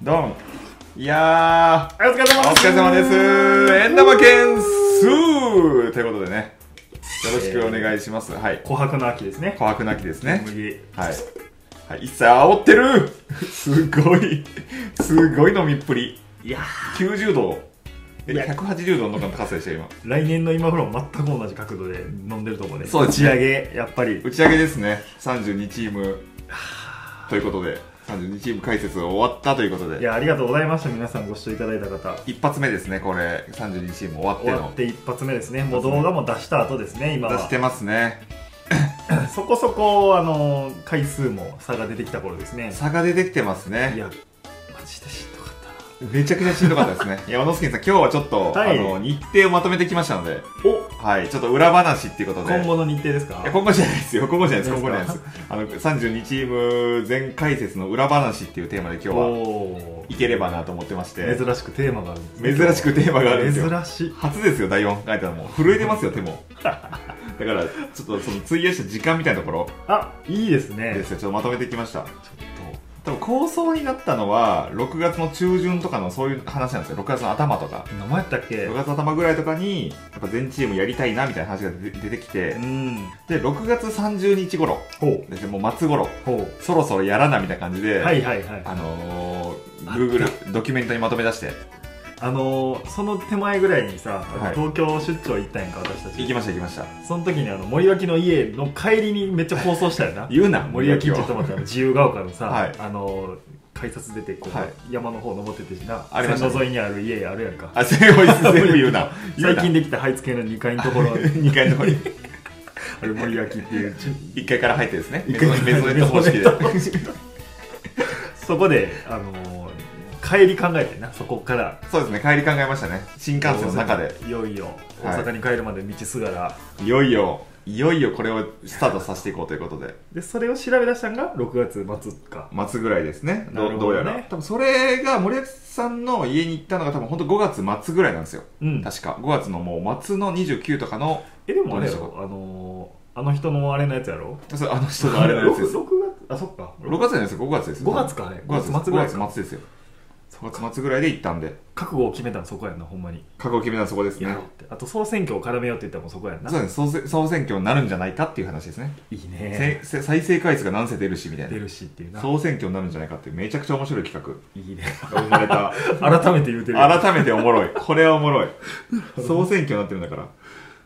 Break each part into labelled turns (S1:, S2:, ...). S1: ドンいや
S2: お疲れ
S1: ー
S2: 様
S1: お
S2: です
S1: 疲れ様ですエンダマ件数ということでねよろしくお願いしますはい
S2: 琥珀の秋ですね
S1: 琥珀なきです
S2: 小
S1: ね
S2: 麦
S1: はい、はい、一切煽ってる すごいすごい飲みっぷり
S2: いや
S1: 90度え
S2: いや
S1: 180度の高さでした今
S2: ー来年の今頃も全く同じ角度で飲んでると思うね
S1: そう
S2: 打ち上げやっぱり
S1: 打ち上げですね32チームということで32チーム解説終わったということ
S2: い
S1: で
S2: やありがとうございました皆さんご視聴いただいた方
S1: 一発目ですねこれ32チーム終わって
S2: 終わ
S1: の
S2: って一発目ですねもう動画も出した後ですね今
S1: 出し
S2: は
S1: てますね
S2: そこそこあのー回数も差が出てきた頃ですね
S1: 差が出てきてます
S2: い
S1: ね
S2: やマジでしんどかっ
S1: めちゃくちゃしんどかった ですね山之助さん今日はちょっと、
S2: はい
S1: あの日程をまとめてきましたので
S2: たなお
S1: はいちょっと裏話っていうことで
S2: 今後の日程ですか
S1: いや今後じゃないですよ今後じゃないです
S2: です
S1: 今後
S2: か
S1: じゃないですあの32チーム全解説の裏話っていうテーマで今日は
S2: お
S1: いければなと思ってまして
S2: ー珍しくテーマがあるんですね
S1: 珍しくテーマがあるんですよ
S2: 珍しい
S1: 初ですよ第4回ってのはもう震えてますよ手 もだからちょっとその費やした時間みたいなところ
S2: あいいですね
S1: ですよちょっとまとめてきました多分構想になったのは6月の中旬とかのそういう話なんですよ6月の頭とか
S2: 名前やったっけ
S1: 6月の頭ぐらいとかにやっぱ全チームやりたいなみたいな話が出て出てきて
S2: うん
S1: で6月30日頃
S2: ほう
S1: ですねもう末頃
S2: ほ
S1: そろそろやらなみたいな感じで、
S2: うはいはいはい
S1: あのー、Google ドキュメントにまとめ出して
S2: あのーその手前ぐらいにさ、
S1: はい
S2: 東京出張行ったんやんか私たち
S1: 行きました行きました
S2: その時にあの森脇の家の帰りにめっちゃ放送したよな
S1: 言うな
S2: 森脇ち
S1: を
S2: ょっと待ってあの自由が丘のさ、
S1: はい
S2: あのー改札出てこう、
S1: はい
S2: 山の方登っててな
S1: ありましたね
S2: 線路沿いにある家あるやんか
S1: あ全部全部言うな言う
S2: 最
S1: な
S2: 近できたハイツ系の2階のと ころ
S1: 2階のとこに
S2: ある森脇っていう
S1: 1階から入って ですねメゾメゾネット方式で
S2: そこで、あのー帰り考えてなそこから
S1: そうですね帰り考えましたね新幹線の中で
S2: いよいよ大
S1: はい
S2: 阪に帰るまで道すがら、
S1: いよいよいよいよこれをスタートさせていこうということで
S2: でそれを調べ出したのが6月末か
S1: 末ぐらいですねど
S2: なる
S1: ど
S2: ほ
S1: う
S2: どね
S1: やら多分それが森脇さんの家に行ったのが多分本当5月末ぐらいなんですよ
S2: うん
S1: 確か5月のもう末の29とかの
S2: えでもあれや
S1: どうでし
S2: ろあのーあの人のあれのやつやろ
S1: それあの人のあれのやつ です
S2: 6月あそっか
S1: 6月じゃないですよ5月ですよ
S2: 5月かあれ
S1: 5月
S2: 5月末ぐらいか
S1: 5月末ですよ5月末ぐらいで行ったんで
S2: 覚悟を決めたのそこやんなほんまに
S1: 覚悟を決めたのそこです
S2: や
S1: ね
S2: ろうってあと総選挙を絡めようって言ったのもそこやんな
S1: そうです総選総選挙になるんじゃないかっていう話ですね、
S2: いいね
S1: せせ再生回数が何世出るしみたい
S2: 出
S1: な
S2: るしっていうな
S1: 総選挙になるんじゃないかっていうめちゃくちゃ面白い企
S2: いいね
S1: 画が生まれた
S2: 改めて言うてる
S1: 改めておもろいこれはおもろい総選挙になってるんだから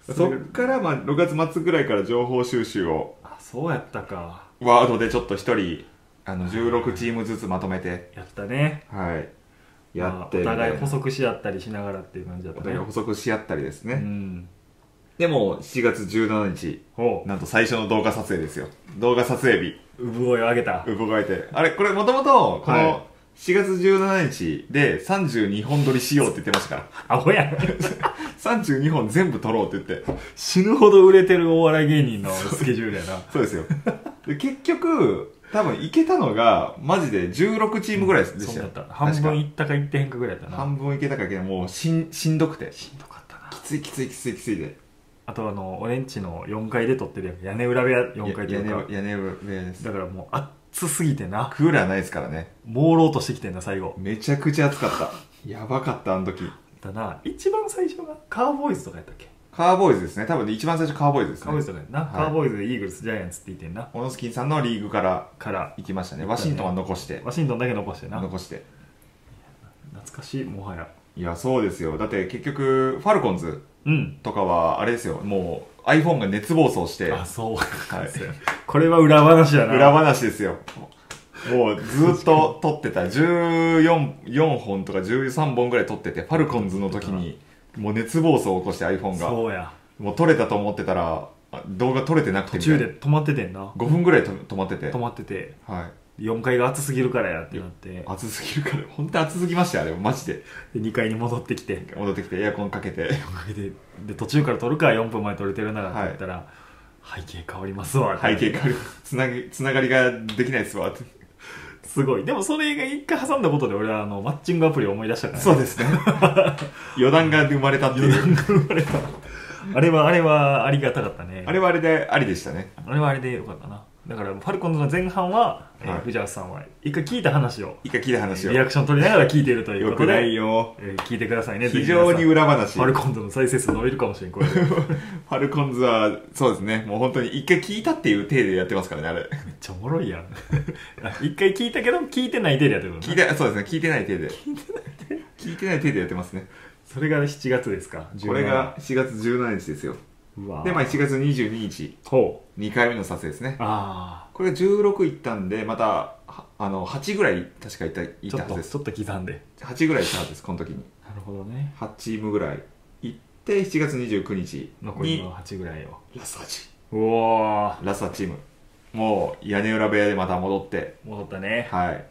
S2: そ
S1: そっ
S2: れ
S1: からまあ6月末ぐらいから情報収集を
S2: あそうやったか
S1: ワードでちょっと一人あの16チームずつまとめて
S2: やったね
S1: はいやって
S2: まあお互い
S1: みた
S2: 補
S1: な
S2: 足し合ったりしながらっていう感じだっ
S1: お
S2: た
S1: 互
S2: ね
S1: い補足し合ったりですね、
S2: うん
S1: でも7月17日
S2: ほ
S1: なんと最初の動画撮影ですよ動画撮影日
S2: う産声を上げた
S1: 動かれてあれこれもともとこ
S2: はい
S1: の4月17日で32本撮りしようって言ってましたか
S2: アホやん
S1: ら32本全部撮ろうって言って
S2: 死ぬほど売れてるお笑い芸人のスケジュールやな
S1: そうですよで結局多分いけたのがマジで16チームぐらいでし
S2: そ
S1: た
S2: うだ
S1: よ
S2: った半分い
S1: 確か
S2: ったかいってへんかぐらいだったな
S1: 半分いけたかけどもうしんしんどくて
S2: しんどかったな
S1: きついきついきついきついで
S2: あとあの俺んちの4階で撮ってるやん屋根裏部屋4階と
S1: や
S2: いう
S1: 屋
S2: か
S1: 根屋根裏です
S2: だからもう暑すぎてな
S1: クーラーないですからね
S2: 朦朧としてきてんな最後
S1: めちゃくちゃ暑かったやばかったあの時
S2: だな一番最初がカーボーイズとかやったっけ
S1: カーボーイズですね多分一番最初カーボーイズです
S2: カーボーイ
S1: ね
S2: ズとかやんな、
S1: はい
S2: カーボーイズでイーグルスジャイアンツって言ってんな
S1: オノスキンさんのリーグから
S2: から
S1: 行きましたねワシントンは残して
S2: ワシントンだけ残してな
S1: 残して
S2: 懐かしいもはや
S1: いやそうですよだって結局ファルコンズ
S2: うん
S1: とかはあれですよもう iPhone が熱暴走して
S2: あそう、
S1: はい
S2: これは裏話やな
S1: 裏話ですよもうずっと撮ってた14 4本とか13本ぐらい撮っててファルコンズの時にもう熱暴走を起こして iPhone が
S2: そうや
S1: もう撮れたと思ってたらあ動画撮れてなくて
S2: 途
S1: みたい
S2: 中
S1: な
S2: で止まっててんな
S1: 5分ぐらいと止まってて
S2: 止まってて
S1: はい
S2: 4階が暑すぎるからやってなって
S1: 暑すぎるから本当に暑すぎましたよあれマジで
S2: で2階に戻ってきて
S1: 戻ってきてエアコンかけて
S2: おかげでで途中から撮るか4分前撮れてるならって言ったら、背景変わりますわ
S1: 背景があるつなぎつながりができないですわって
S2: すごいでもそれが一回挟んだことで俺はあのマッチングアプリを思い出したから、
S1: そう ですね余談が生まれたっていう
S2: あれはあれはありがたかったね
S1: あれ
S2: は
S1: はあれでありでしたね
S2: あれはあれでよかったなだからファルコンズの前半は、えー
S1: はい
S2: 藤原さんは一回聞いた話を
S1: 一回聞いた話を
S2: リアクション取りながら聞いているという
S1: よ
S2: こと
S1: く
S2: で
S1: ないよ
S2: えー聞いてくださいね
S1: 非常に
S2: ぜひ皆
S1: 裏話
S2: さんファルコンズの再生数伸びるかもしれ んこれでめっ
S1: ファルコンズは、そうですね、もう本当に一回聞いたっていう体でやってますからね、あ れ。
S2: ちゃおもろいやん一回聞いたけど聞いてない程度やってるの
S1: 聞いて、そうですね、聞いてない体で。聞いてない体聞いてない体でやってますね。
S2: それが7月ですか
S1: これが4月17日ですよ。
S2: 17うわ
S1: で、まあ4月22日、
S2: ほう
S1: 2回目の撮影ですね。
S2: あ
S1: これが16行ったんで、また、はあの、8ぐらい確かいた、
S2: あ
S1: い
S2: ちょ
S1: た
S2: っ
S1: はず
S2: と
S1: で
S2: ち
S1: す。
S2: ょっと刻んで
S1: 8ぐらいいたはずです、この時に。
S2: なるほどね
S1: 8チームぐらい行って、7月29日
S2: 残り
S1: に
S2: の、8ぐらいを
S1: ラス8。
S2: うおー
S1: ラス8チーム。もう、屋根裏部屋でまた戻って、
S2: 戻ったね
S1: はい。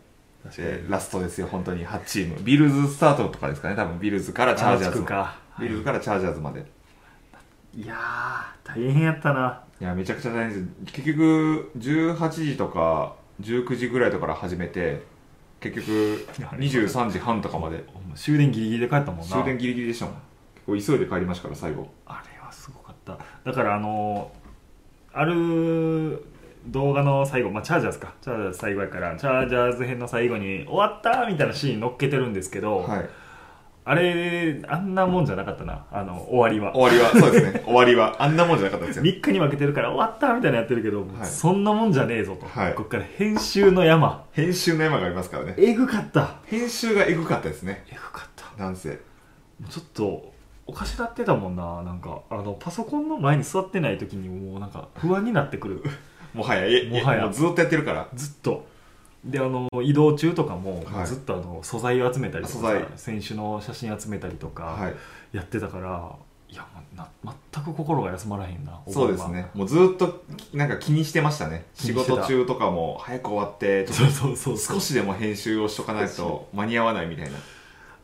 S2: 確かに
S1: えーラストですよ、本当に8チーム。ビルズスタートとかですかね、多分ビルズからチャージャーズ
S2: あつ
S1: ま
S2: く
S1: で。
S2: か
S1: ビルズからチャージャーズまで。い
S2: いやー大変やったな
S1: や、めちゃくちゃ大変です。結局、18時とか19時ぐらいとかから始めて、結局、23時半とかまで。
S2: ほんま終電ギリギリで帰ったもんな
S1: 終電ギリギリでしたもん。結構急いで帰りましたから、最後。
S2: あれはすごかっただからあのーある動画の最後、まあ、チャージャーズかチャージャーズ最後やからチャージャーズ編の最後に終わったみたいなシーン乗っけてるんですけど、
S1: はい。
S2: あれあんなもんじゃなかったなあの終わりは
S1: 終わりは、そう ですね。終わりは。あんなもんじゃなかったですよ。
S2: 3日に分けてるから終わったみたいなやってるけど、
S1: はい
S2: そんなもんじゃねえぞと、
S1: はい
S2: こっから編集の山
S1: 編集の山がありますからね。
S2: えぐかった
S1: 編集がエグかったですね。
S2: えぐかった
S1: なんせ。
S2: ちょっとおかしなってたもんななんかあのパソコンの前に座ってない時にもうなんか不安になって くる
S1: もはや、え
S2: もはや
S1: うずっとやってるから。
S2: ずっとであの移動中とかも、
S1: はい
S2: ずっとあの素材を集めたりとか
S1: 素材
S2: さ選手の写真集めたりと
S1: は
S2: か
S1: い。
S2: やってたから、い、やなな全く心が休まらへんな
S1: そうですねもうずっとなんか気にしてましたね
S2: 気
S1: 仕
S2: にしてた
S1: 事中とかも早く終わってちょっ
S2: そうそうそう
S1: と少しでも編集をしとかないと間に合わないみたいな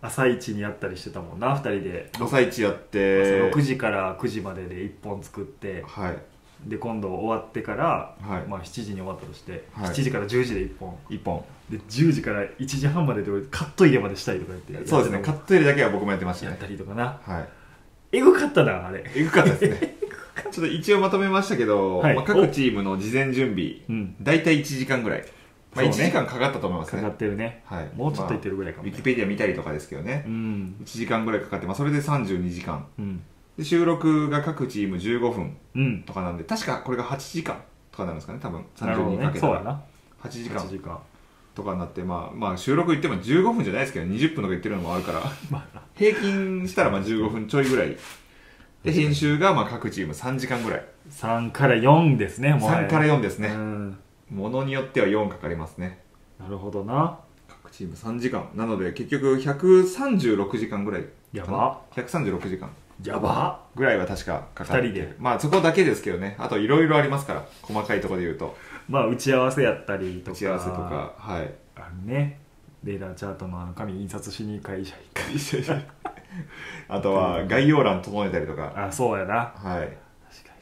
S2: 朝一にやったりしてたもんな2人で
S1: 朝一やって
S2: 朝6時から9時までで1本作って
S1: はい
S2: で今度終わってから、
S1: はい
S2: まあ、7時に終わったとして、
S1: はい
S2: 7時から10時で1本
S1: 1本
S2: で10時から1時半までで俺カット入れまでしたりとか言って
S1: そうですね
S2: やって
S1: カ
S2: た
S1: ット入れだけは僕もやってまし
S2: もん
S1: たね
S2: やったりとかな
S1: はい
S2: えぐかったなあれ
S1: えぐかったですねちょっと一応まとめましたけど、
S2: はい
S1: まあ、各チームの事前準備
S2: うん
S1: 大体1時間ぐらい、まあ、
S2: そうね
S1: 1時間かかったと思います
S2: か
S1: ね
S2: かってるね
S1: はい、
S2: もうちょっといって
S1: る、
S2: るぐらいか
S1: まあ
S2: も、
S1: ウ
S2: ね
S1: ィキペディア見たりとかですけどね
S2: う、ん
S1: 1時間ぐらいかかって、まあ、それで32時間
S2: うん
S1: で収録が各チーム15分
S2: うん
S1: とかなんで確かこれが8時間とかなんですかね多分
S2: なるほど
S1: 32か
S2: ね
S1: けた
S2: そうや
S1: ら、
S2: な
S1: 8時
S2: 1
S1: 間
S2: 時間
S1: とかになってまあまあ収録行っても15分じゃないですけど20分とか言ってるのもあるから
S2: まあ
S1: 平均したらまあ15分ちょいぐらいで編集がまあ各チーム3時間ぐらい
S2: 3から4ですねもう
S1: 3から4です
S2: う
S1: ね
S2: ん
S1: ものによっては4かかりますね
S2: なるほどな
S1: 各チーム3時間なので結局136時間ぐらいかな
S2: やば
S1: 136時間
S2: やば
S1: ぐらいは確かかかって
S2: 二人で
S1: まあそこだけですけどねあといろいろありますから細かいところで言うと
S2: まあ打ち合わせやったりとか
S1: 打ち合わせとかはい
S2: あのねレーダーチャートのあの紙印刷しに会社行く
S1: あとは概要欄整えたりとか、
S2: あそうやな
S1: はい、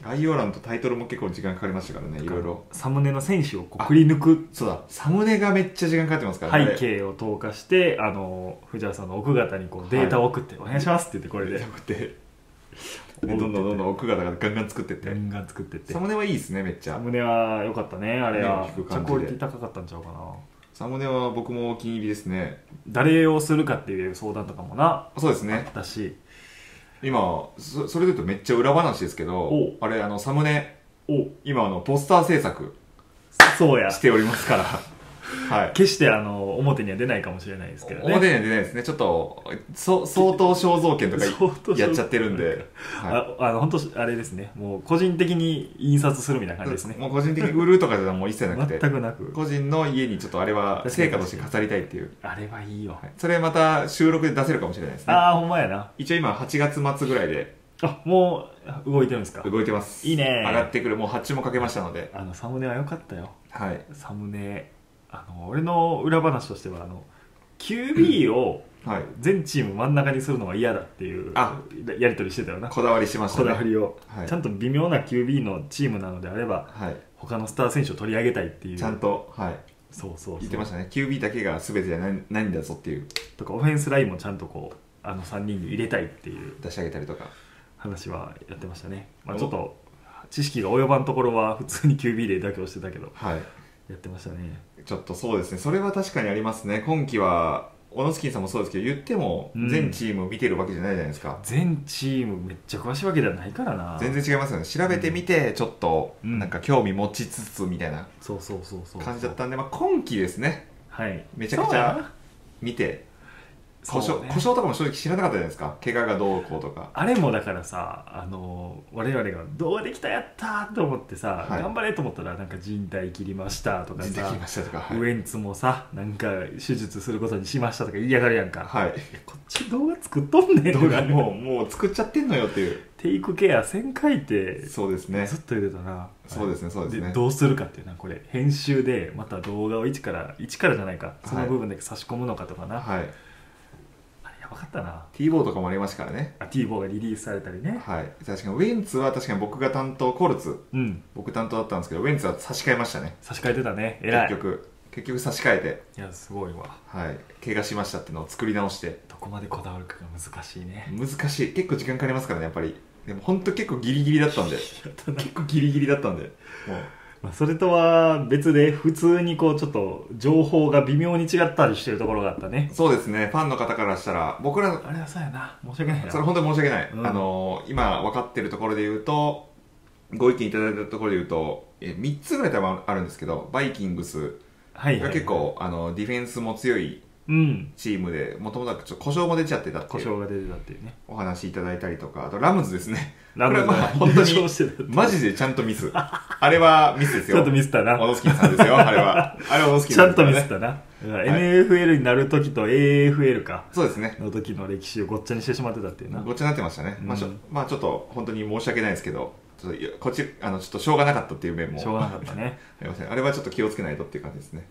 S2: 確か
S1: 概要欄とタイトルも結構時間かかりましたからねいろいろ
S2: サムネの選手をこうくり抜く
S1: そうだサムネがめっちゃ時間かかってますから
S2: 背景を投下してあの藤原さんの奥方にこうデータを送って「お願いします」って言ってこ
S1: こ
S2: れ
S1: れで
S2: で
S1: でどんどんどんどん奥方がガンガン作ってって、
S2: ガンガン作ってって
S1: サムネはいいですねめっち
S2: サ
S1: ゃ
S2: ムネは良かったねあれは
S1: ね聞
S2: め
S1: く
S2: っちゃ
S1: 感じで
S2: クオリティ高かったんちゃうかな
S1: サムネは僕もお気に入りですね
S2: 誰をするかっていう相談とかもな
S1: そうですね
S2: だし
S1: 今そそれで言うとめっちゃ裏話ですけ
S2: お
S1: どあれあのサムネ
S2: お
S1: 今あのポスター制作
S2: そうや
S1: しておりますから はい
S2: 決してあの表には出ないかもしれないですけどね
S1: 表には出ないですねちょっとそ相当肖像権とか
S2: 相当肖像権
S1: やっちゃってるんで、は
S2: ああの本当あれですねもう個人的に印刷するみたいない感じですね
S1: もう個人的に売るとかじゃもう一切なくて
S2: 全くなく
S1: 個人の家にちょっとあれは成果として飾りたいっていう、
S2: あれはいいよ、
S1: はいそれまた収録で出せるかもしれないですね
S2: ああほんまやな
S1: 一応今8月末ぐらいで
S2: あもう動いてるんですか
S1: 動いてます
S2: いいね
S1: 上がってくるもう発注もかけましたので
S2: あのサムネは良かったよ
S1: はい
S2: サムネあの俺の裏話としてはあの QB を
S1: はい
S2: 全チーム真ん中にするのは嫌だっていう
S1: あ
S2: やり取りしてたよな
S1: こだわりしました
S2: こ
S1: ね
S2: だわりを、
S1: はい
S2: ちゃんと微妙な QB のチームなのであれば
S1: はい
S2: 他のスター選手を取り上げたいっていう
S1: ちゃんとはい
S2: そうそうそう
S1: 言ってましたね QB だけが全てじゃないないんだぞっていう
S2: とかオフェンスラインもちゃんとこうあの3人に入れたいっていう
S1: 出し上げたりとか
S2: 話はやってましたね、まあ、
S1: お
S2: ちょっと知識が及ばんところは普通に QB で妥協してたけど
S1: はい
S2: やってましたね
S1: ちょっとそうですね、それは確かにありますね、今季は、オノスキンさんもそうですけど、言っても
S2: うん
S1: 全チーム見てるわけじゃないじゃないですか、
S2: 全チームめっちゃ詳しいわけではないからな
S1: 全然違いますよね、調べてみて、ちょっと、
S2: うん
S1: なんか興味持ちつつみたいな
S2: そうそうそうそう
S1: 感じだったんで、まあ、今季ですね、
S2: はい
S1: めちゃくちゃ見て、
S2: そ
S1: 故
S2: うやな
S1: 障
S2: そうね
S1: 故障とかも正直知らなかったじゃないですか、怪我がどうこうとか、
S2: あれもだからさあの我々が「どうできたやった!」と思ってさ、
S1: はい
S2: 頑張れと思ったらなんか靭帯切りましたとか
S1: 出て
S2: さ
S1: きましたとか、はい
S2: ウエンツもさなんか手術することにしましたとか言いやがるやんか、
S1: はい、
S2: こっち動画作っとんねん
S1: 動
S2: と
S1: 画
S2: か
S1: もう、もう作っちゃってんのよっていう、
S2: テイクケア1000回って
S1: そうですね
S2: ず、っと言ってたな
S1: そうですね、そうです
S2: で
S1: ね。
S2: どうするかっていうなこれ編集でまた動画を一から一からじゃないかその部分だけ差し込むのかとかな、
S1: はい、
S2: あれやばかったな
S1: T ボーとかもありましたからね。
S2: あ T4 がリリースされたりね
S1: はい、確かにウェンツは確かに僕が担当コルツ
S2: うん
S1: 僕担当だったんですけどウェンツは差し替えましたね
S2: 差し替えてたね偉
S1: 結
S2: い
S1: 局結局差し替えて、
S2: いやすごいわ
S1: はい、怪我しましたっていうのを作り直して
S2: どこまでこだわるかが難しいね
S1: 難しい結構時間かかりますからねやっぱりでも本当結構ギリギリだったんで結構ギリギリだったんでもう
S2: まあ、それとは別で普通にこうちょっと情報が微妙に違ったりしてるところがあったね
S1: そうですねファンの方からしたら僕ら
S2: あれはそうやな申し訳ないな
S1: それ本当に申し訳ない、
S2: うん
S1: あのー今分かってるところで言うとご意見いただいたところで言うとえ3つぐらい多分あるんですけどバイキングス
S2: はいは
S1: が
S2: い
S1: 結構あのディフェンスも強い
S2: うん
S1: チームでもともとちょっと故障も出ちゃってたって
S2: 故
S1: いう
S2: 障が出てたっていうね
S1: お話いただいたりとかあとラムズですね
S2: ラム
S1: これはまあ本当に
S2: 優勝してた
S1: マジでちゃんとミスあれはミスです
S2: ちょ
S1: よ
S2: っとミスったな
S1: オノスキンさんですよあれはあれはオノスキン
S2: ち
S1: さ
S2: ゃ
S1: んで
S2: ん
S1: すか
S2: と
S1: ら
S2: ミ
S1: ね
S2: スったな、
S1: い
S2: NFL になる時と AFL か
S1: そうですね
S2: の時の歴史をごっちゃにしてしまってたっていうな
S1: ごっちゃになってましたね、まあ、ちょ
S2: うん
S1: まあちょっと本当に申し訳ないですけどちょっとこっちあのちょっとしょうがなかったっていう面も
S2: しょうがなかったね
S1: ありませんあれはちょっと気をつけないとっていう感じですね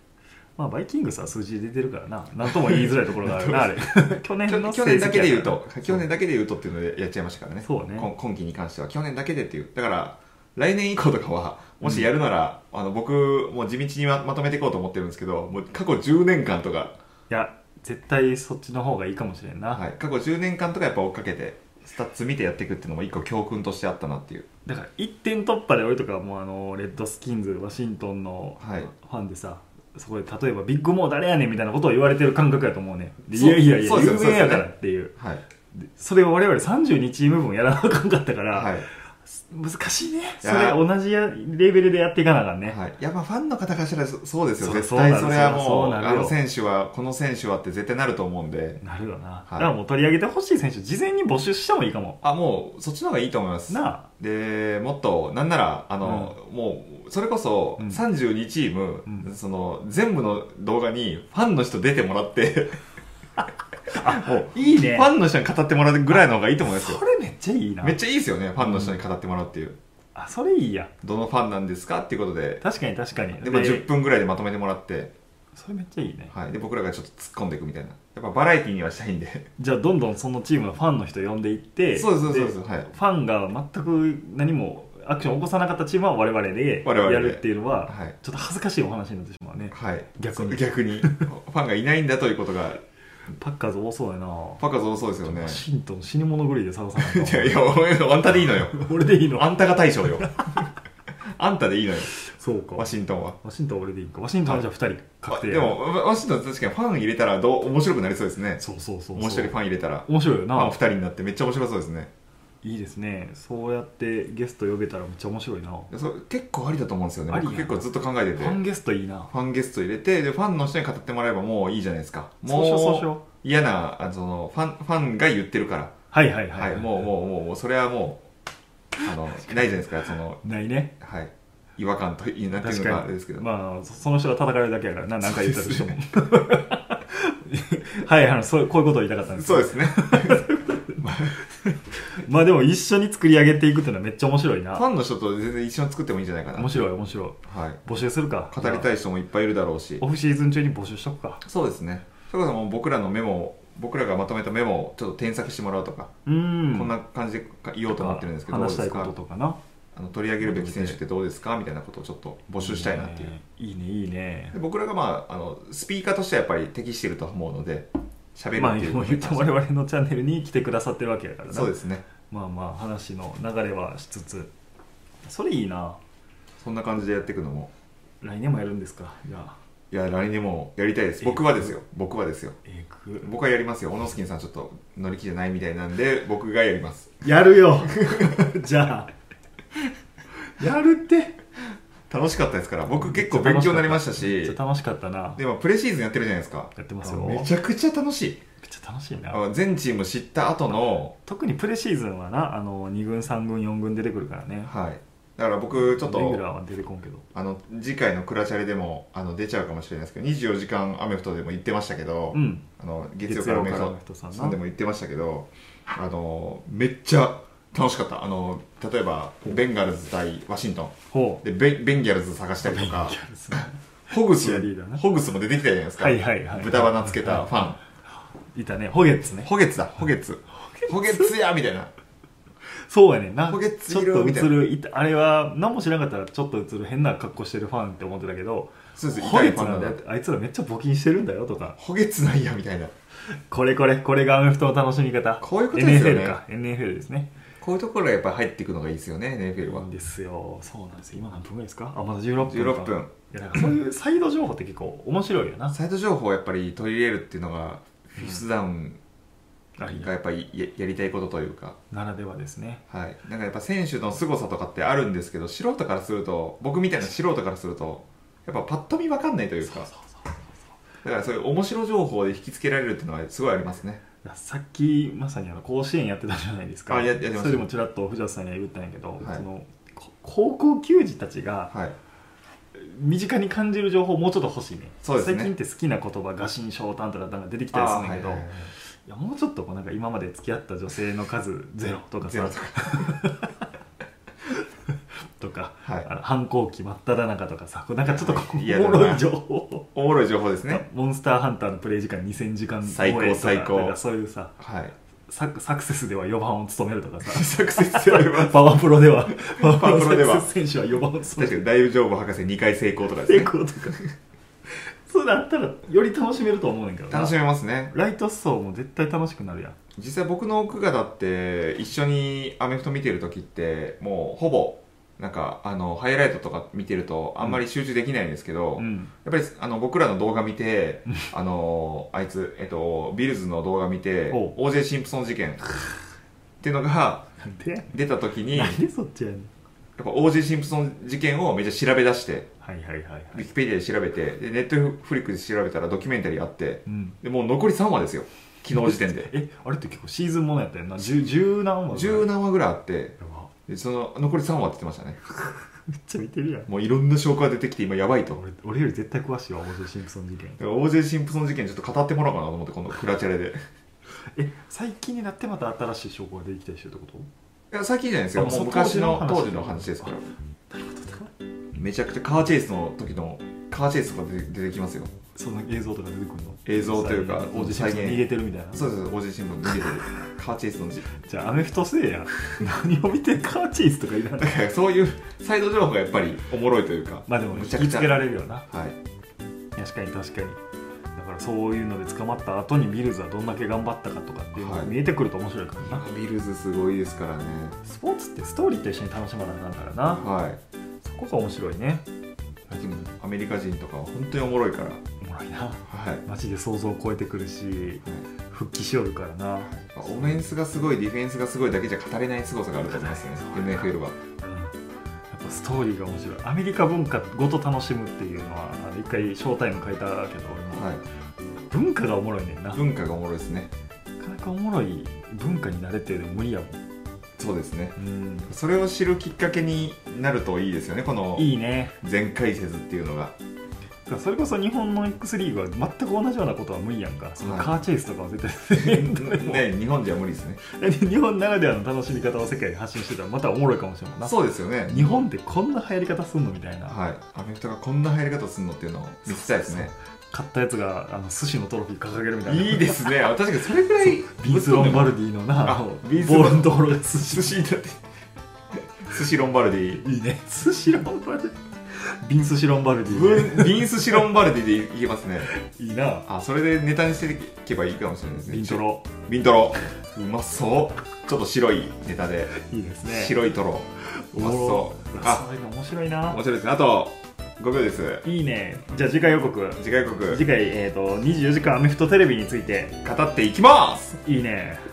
S2: まあバイキングスは数字で出てるからな何とも言いづらいところがあ るなあれ去年
S1: 去
S2: の
S1: 去
S2: 成績
S1: 年
S2: やから
S1: だけで言うと去年だけで言うとっていうのでやっちゃいましたからね
S2: そうね
S1: こん今期に関しては去年だけでっていうだから来年以降とかはもしやるなら、あの僕もう地道にままとめていこうと思ってるんですけどもう過去10年間とか、
S2: いや絶対そっちの方がいいかもしれんな、
S1: はい、過去10年間とかやっぱ追っかけてスタッツ見てやっていくっていうのも一個教訓としてあったなっていう
S2: だから1点突破で俺とかはもうあのレッドスキンズワシントンの
S1: はい
S2: ファンでさ、そこで例えばビッグモー誰やねんみたいなことを言われてる感覚やと思うねでい
S1: そう
S2: やいやいや
S1: そうですよ
S2: 有名やか
S1: そうですよ
S2: ら
S1: ね
S2: っていう
S1: はい、
S2: でそれを我々32チーム分やらなあかんかったから、
S1: はい
S2: 難しいね
S1: い
S2: それ
S1: や
S2: 同じやレベルでやっていかなあかんね、
S1: はい、いやまあファンの方からしたらそそうですよ
S2: そう
S1: 絶対
S2: そ
S1: そう
S2: なる
S1: れは
S2: そ
S1: も
S2: う
S1: う
S2: なるよ
S1: あの選手はこの選手はって絶対なると思うんで
S2: なるよな、
S1: い
S2: だからもう取り上げてほしい選手事前に募集してもいいかも
S1: あもうそっちの方がいいと思います
S2: なあ
S1: でもっとなんならあの、もうそれこそ
S2: うん
S1: 32チーム、
S2: うん
S1: その全部の動画にファンの人出てもらってもう
S2: いい ね
S1: ファンの人に語ってもらうぐらいの方がいいと思いますよ
S2: それめっちゃいいな
S1: めっちゃいいですよねファンの人に語ってもらうっていう、
S2: あそれいいや
S1: どのファンなんですかっていうことで
S2: 確かに確かに
S1: で、まあ、
S2: で
S1: 10分ぐらいでまとめてもらって、
S2: それめっちゃいいね
S1: はい、で僕らがちょっと突っ込んでいくみたいなやっぱバラエティーにはしたいんで
S2: じゃあどんどんそのチームのファンの人呼んでいって
S1: そうですそうですそうですはい
S2: ファンが全く何もアクションを起こさなかったチームは我々で
S1: 我々で
S2: やるっていうのは、
S1: はい
S2: ちょっと恥ずかしいお話になってしまうね
S1: はい
S2: 逆に
S1: 逆にファンがいないんだということが
S2: パッカーズ多そうやな
S1: パカゾそうですよね
S2: ワシントン死に物狂いで探さない
S1: いやいやおあんたでいいの よ
S2: 俺でいいの
S1: あんたが大将よ。あんたでいいのよ、
S2: そうか
S1: ワ
S2: ワシ
S1: シントンは。
S2: ントンは俺でいいかワシントンはじゃあ2人確定
S1: でも、ワワシントン確かにファン入れたらどう面白くなりそうですね。
S2: そうそうそうそう
S1: もう一人ファン入れたら。フ
S2: 面白いよ
S1: ァン
S2: な
S1: 二人になってめっちゃ面白そうですね。
S2: いいですねそうやってゲスト呼べたらめっちゃ面白いなフ
S1: それ結構ありだと思うんですよね。
S2: ありや
S1: 僕結構ずっと考えてて。
S2: ァン
S1: フ
S2: ゲストいいな
S1: ァンゲスト入れて、で、ファンの人に語ってもらえばもういいじゃないですか。も
S2: そうしようそうしよう
S1: 嫌な、あのその、ファン、ファンが言ってるから。
S2: はいはいはい、
S1: はい、もう、もう、もう、もうそれはもう、あの、ないじゃないですか、その、
S2: うないね
S1: はい。違和感と、いなんていう
S2: 確
S1: のが
S2: か
S1: あれ
S2: に
S1: ですけど。
S2: まあそその人が叩かれるだけやからな何か言ったとしても
S1: そう
S2: はいあのそうこういうことを言いたかったんです
S1: そうですね。
S2: まあでも一緒に作り上げていくっていうのはめっちゃ面白いな
S1: ファンの人と全然一緒に作ってもいいんじゃないかな。
S2: 面白い面白い
S1: はい。
S2: 募集するか
S1: 語り
S2: じゃ
S1: たい人もいっぱいいるだろうし
S2: あオ。フシーズン中に募集しとくか
S1: そうですね。それこそもう僕らのメモを、僕らがまとめたメモをちょっと添削してもらうとか、
S2: うーん
S1: こんな感じで言おうと思ってるんですけど、どう
S2: 話
S1: で
S2: した
S1: す
S2: いこ
S1: か
S2: ととかな
S1: あの取り上げるべき選手ってどうですかみたいなことをちょっと募集したいなっていう。
S2: いいねいいね
S1: で僕らがまあ、あの、スピーカーとしてはやっぱり適してると思うので、喋
S2: まあ
S1: るっていうこ
S2: もう
S1: とに
S2: 言っ
S1: 関してて
S2: も我々のチャンネルに来てくださってるわけやからな
S1: そうですね。
S2: まあまあ話の流れはしつつそれいいな
S1: そんな感じでやっていくのも
S2: 来年もやるんですかじゃあ
S1: いや来年もやりたいです
S2: え
S1: 僕はですよ僕はですよ
S2: えぐ
S1: 僕はやりますよオノスキンさんちょっと乗り気じゃないみたいなんで僕がやります
S2: やるよ じゃあやるって
S1: 楽しかったですから僕結構勉強になりました
S2: めっち
S1: し
S2: ゃ楽しかったな
S1: でもプレシーズンやってるじゃないですか
S2: やってますよ
S1: あめちゃくちゃ楽しい
S2: めっちゃ楽しいな
S1: あ全チーム知った後の
S2: 特にプレシーズンはなあの2軍3軍4軍出てくるからね
S1: はいだから僕ちょっ
S2: レギュラ
S1: と
S2: ーは出てこんけど
S1: あの次回の「クラチャレ」でもあの出ちゃうかもしれないですけど24時間アメフトでも言ってましたけど、
S2: うん
S1: あの月曜からアメフ
S2: 月曜からア
S1: ト
S2: メフトさんな
S1: さんでも言ってましたけどあのめっちゃ楽しかったあの例えばベンガルズ対ワシントン
S2: ほう
S1: でベベンギャルズ探したりとかホグス
S2: チアリーダーな
S1: ホグスも出てきたじゃないですか、
S2: はいはいはい
S1: 豚鼻つけたファン
S2: いたねホゲッツね
S1: ホゲツだホゲツホゲツやみたいな
S2: そうやねんな
S1: ホゲッツ
S2: ちょっ
S1: いる
S2: と
S1: み
S2: 映
S1: たいな
S2: るいたあれは何も知らなかったらちょっと映る変な格好してるファンって思ってたけど
S1: そうです
S2: ホ
S1: 痛
S2: ゲ
S1: い
S2: ッ
S1: フ
S2: ツ
S1: ァ
S2: な
S1: ン
S2: んだ
S1: な
S2: よ
S1: んで
S2: あいつらめっちゃ募金してるんだよとか
S1: ホゲツなんやみたいな
S2: これこれこれがアメフトの楽しみ方
S1: こういうことですよね
S2: NFL か NFL ですね
S1: こういうところがやっぱり入っていくのがいいですよね NFL
S2: いい
S1: は
S2: んですよそうなんですよ今何分ぐらいですかあまだ16分か
S1: 16分
S2: いやなんかそういうサイド情報って結構面白いよな
S1: サイト情報をやっぱり取り入れるっていうのがフィフスダウン
S2: あいい
S1: がやっぱりややりたいことというか
S2: ならではですね
S1: はい、なんかやっぱ選手の凄さとかってあるんですけど素人からすると僕みたいな素人からするとやっぱパッと見分かんないというかだからそういう面白情報で引きつけられるっていうのはすごいありますね
S2: いやさっきまさにあの甲子園やってたじゃないですか
S1: あややってました
S2: それでもちらっと藤田さんには言ったんやけど、
S1: はい
S2: そのこ高校球児たちが
S1: はい
S2: 身近に感じる情報もうちょっと欲しいね
S1: そうですね
S2: 最近って好きな言葉「臥薪嘗胆」とかなんか出てきたりするんだけど、いやもうちょっとこうなんか今まで付き合った女性の数ゼロとか
S1: ゼロ
S2: さ
S1: とか
S2: とか、
S1: はい
S2: あの反抗期真っ只中とかさこうなんかちょっとこうお
S1: いやで
S2: も
S1: もな
S2: ろい情報
S1: おもろい情報ですね
S2: モンスターハンターのプレイ時間2000時間超
S1: 最高
S2: えとか
S1: 最高
S2: なんかそういうさ
S1: はい
S2: サクサクセスでは4番を務めるとかさ
S1: サクセスやります
S2: パワープロ ではパワ
S1: ワープロでは
S2: サクセス選手は4番を
S1: 確
S2: 務め
S1: か
S2: る
S1: に大丈夫博士2回成功とかです
S2: 成
S1: ね
S2: 功とかそうだったらより楽しめると思うねんけどな
S1: 楽しめますね
S2: ライト層も絶対楽しくなるやん
S1: 実際僕の奥方って一緒にアメフト見てる時ってもうほぼなんかあのハイライトとか見てるとあんまり集中できないんですけど、
S2: うん
S1: やっぱりあの僕らの動画見て、あのあいつ、えっと、ビルズの動画見て、
S2: おう
S1: OJ シンプソン事件っていうのが
S2: なんでやね
S1: 出た時に、
S2: ん
S1: や
S2: な
S1: っ
S2: んでそっちやねん
S1: ぱ OJ シンプソン事件をめっちゃ調べ出して、
S2: はいはいはいはい
S1: ウィキペディアで調べて、でネットフリックスで調べたらドキュメンタリーあって
S2: う、ん
S1: でもう残り3話ですよ、昨日時 点で。
S2: えあれって結構シーズンものやったよな十十何話
S1: 十
S2: 何
S1: 何話ぐらいあって、でその残り3話って言ってましたね。
S2: めっちゃ見てるやん
S1: もういろんな証拠が出てきて今やばいと。
S2: 俺俺より絶対詳しいわ面白いシンプソン事件
S1: だから OJ シンプソン事件ちょっと語ってもらおうかなと思って、このクラチャレで。
S2: え最近になってまた新しい証拠が出てきたりしてるってこと
S1: いや、最近じゃないですよ、
S2: あ
S1: も
S2: そうう
S1: 昔の当
S2: 当
S1: 時
S2: 時
S1: の
S2: の話
S1: 話ですから。
S2: なるほどな
S1: めちゃくちゃカーチェイスの時のカーチェイスとか出て出てきますよ
S2: その映像とか出てくるの
S1: 映像というか
S2: オーディショ
S1: 再
S2: ン
S1: 現
S2: 逃げてるみたいな
S1: そうそうそうおじい新聞逃げて るカーチェイスの字
S2: じゃあアメフトせえや 何を見てカーチーズとかいらない
S1: だから そういうサイド情報がやっぱりおもろいというか
S2: まあでも
S1: む
S2: 引
S1: ちゃく
S2: き
S1: ちゃ
S2: つけられるよな
S1: はい
S2: 確かに確かにだからそういうので捕まった後にビルズはどんだけ頑張ったかとかっていうのが
S1: はい
S2: 見えてくると面白いからな、
S1: ビルズすごいですからね
S2: スポーツってストーリーと一緒に楽しまなあかんからな、
S1: はい
S2: そこが面白いね
S1: でもアメリカ人とかは本当におもろいからはい
S2: おもろいな
S1: はい
S2: マジで想像を超えてくるし復帰しよるからな、
S1: まあオフェンスがすごいディフェンスがすごいだけじゃ語れない凄さがあると思いますね
S2: そう
S1: NFL は
S2: うんやっぱストーリーが面白いアメリカ文化ごと楽しむっていうのはあの一回ショータイム書いたけど俺も、
S1: はい
S2: 文化がおもろいねんななか
S1: 文化がおもろいですね
S2: なかおもろい文化に慣れてるの無理やもん
S1: そうですね
S2: うん
S1: それを知るきっかけになるといいですよねこの
S2: いいね
S1: 全解説っていうの が
S2: それこそ日本の X リーグは全く同じようなことは無理やんかそのカーチェイスとかは絶対、
S1: ね、日本じゃ無理ですね。
S2: 日本ならではの楽しみ方を世界で発信してたらまたおもろいかもしれんもんない
S1: そうですよね。
S2: 日本でこんな流行り方すんのみたいな、
S1: はい。アメフトがこんな入り方するのっていうのを見せたいですね。
S2: 買ったやつがあの寿司のトロフィー掲げるみたいない
S1: いですね。あ確かにそれぐらい
S2: ビーズ・ロ ンバルディのな
S1: あ
S2: あの
S1: ビーズ
S2: ボールのところが寿司
S1: 寿司だって。寿司ロンバルディ。
S2: いいね寿司ロンバルディビンス・シロンバルデ
S1: ブ
S2: ィ
S1: ンビンス・シロンバルディでいけますね
S2: いいな
S1: あそれでネタにしていけばいいかもしれないですね
S2: ビントロ
S1: ビントロうまそうちょっと白いネタで、
S2: いいですね
S1: 白いトロうまそうあ
S2: ういうの面白いな
S1: 面白いですねあと5秒です
S2: いいねじゃあ次回予告
S1: 次回予告
S2: 次回、えー、と24時間アメフトテレビについて
S1: 語っていきます
S2: いいね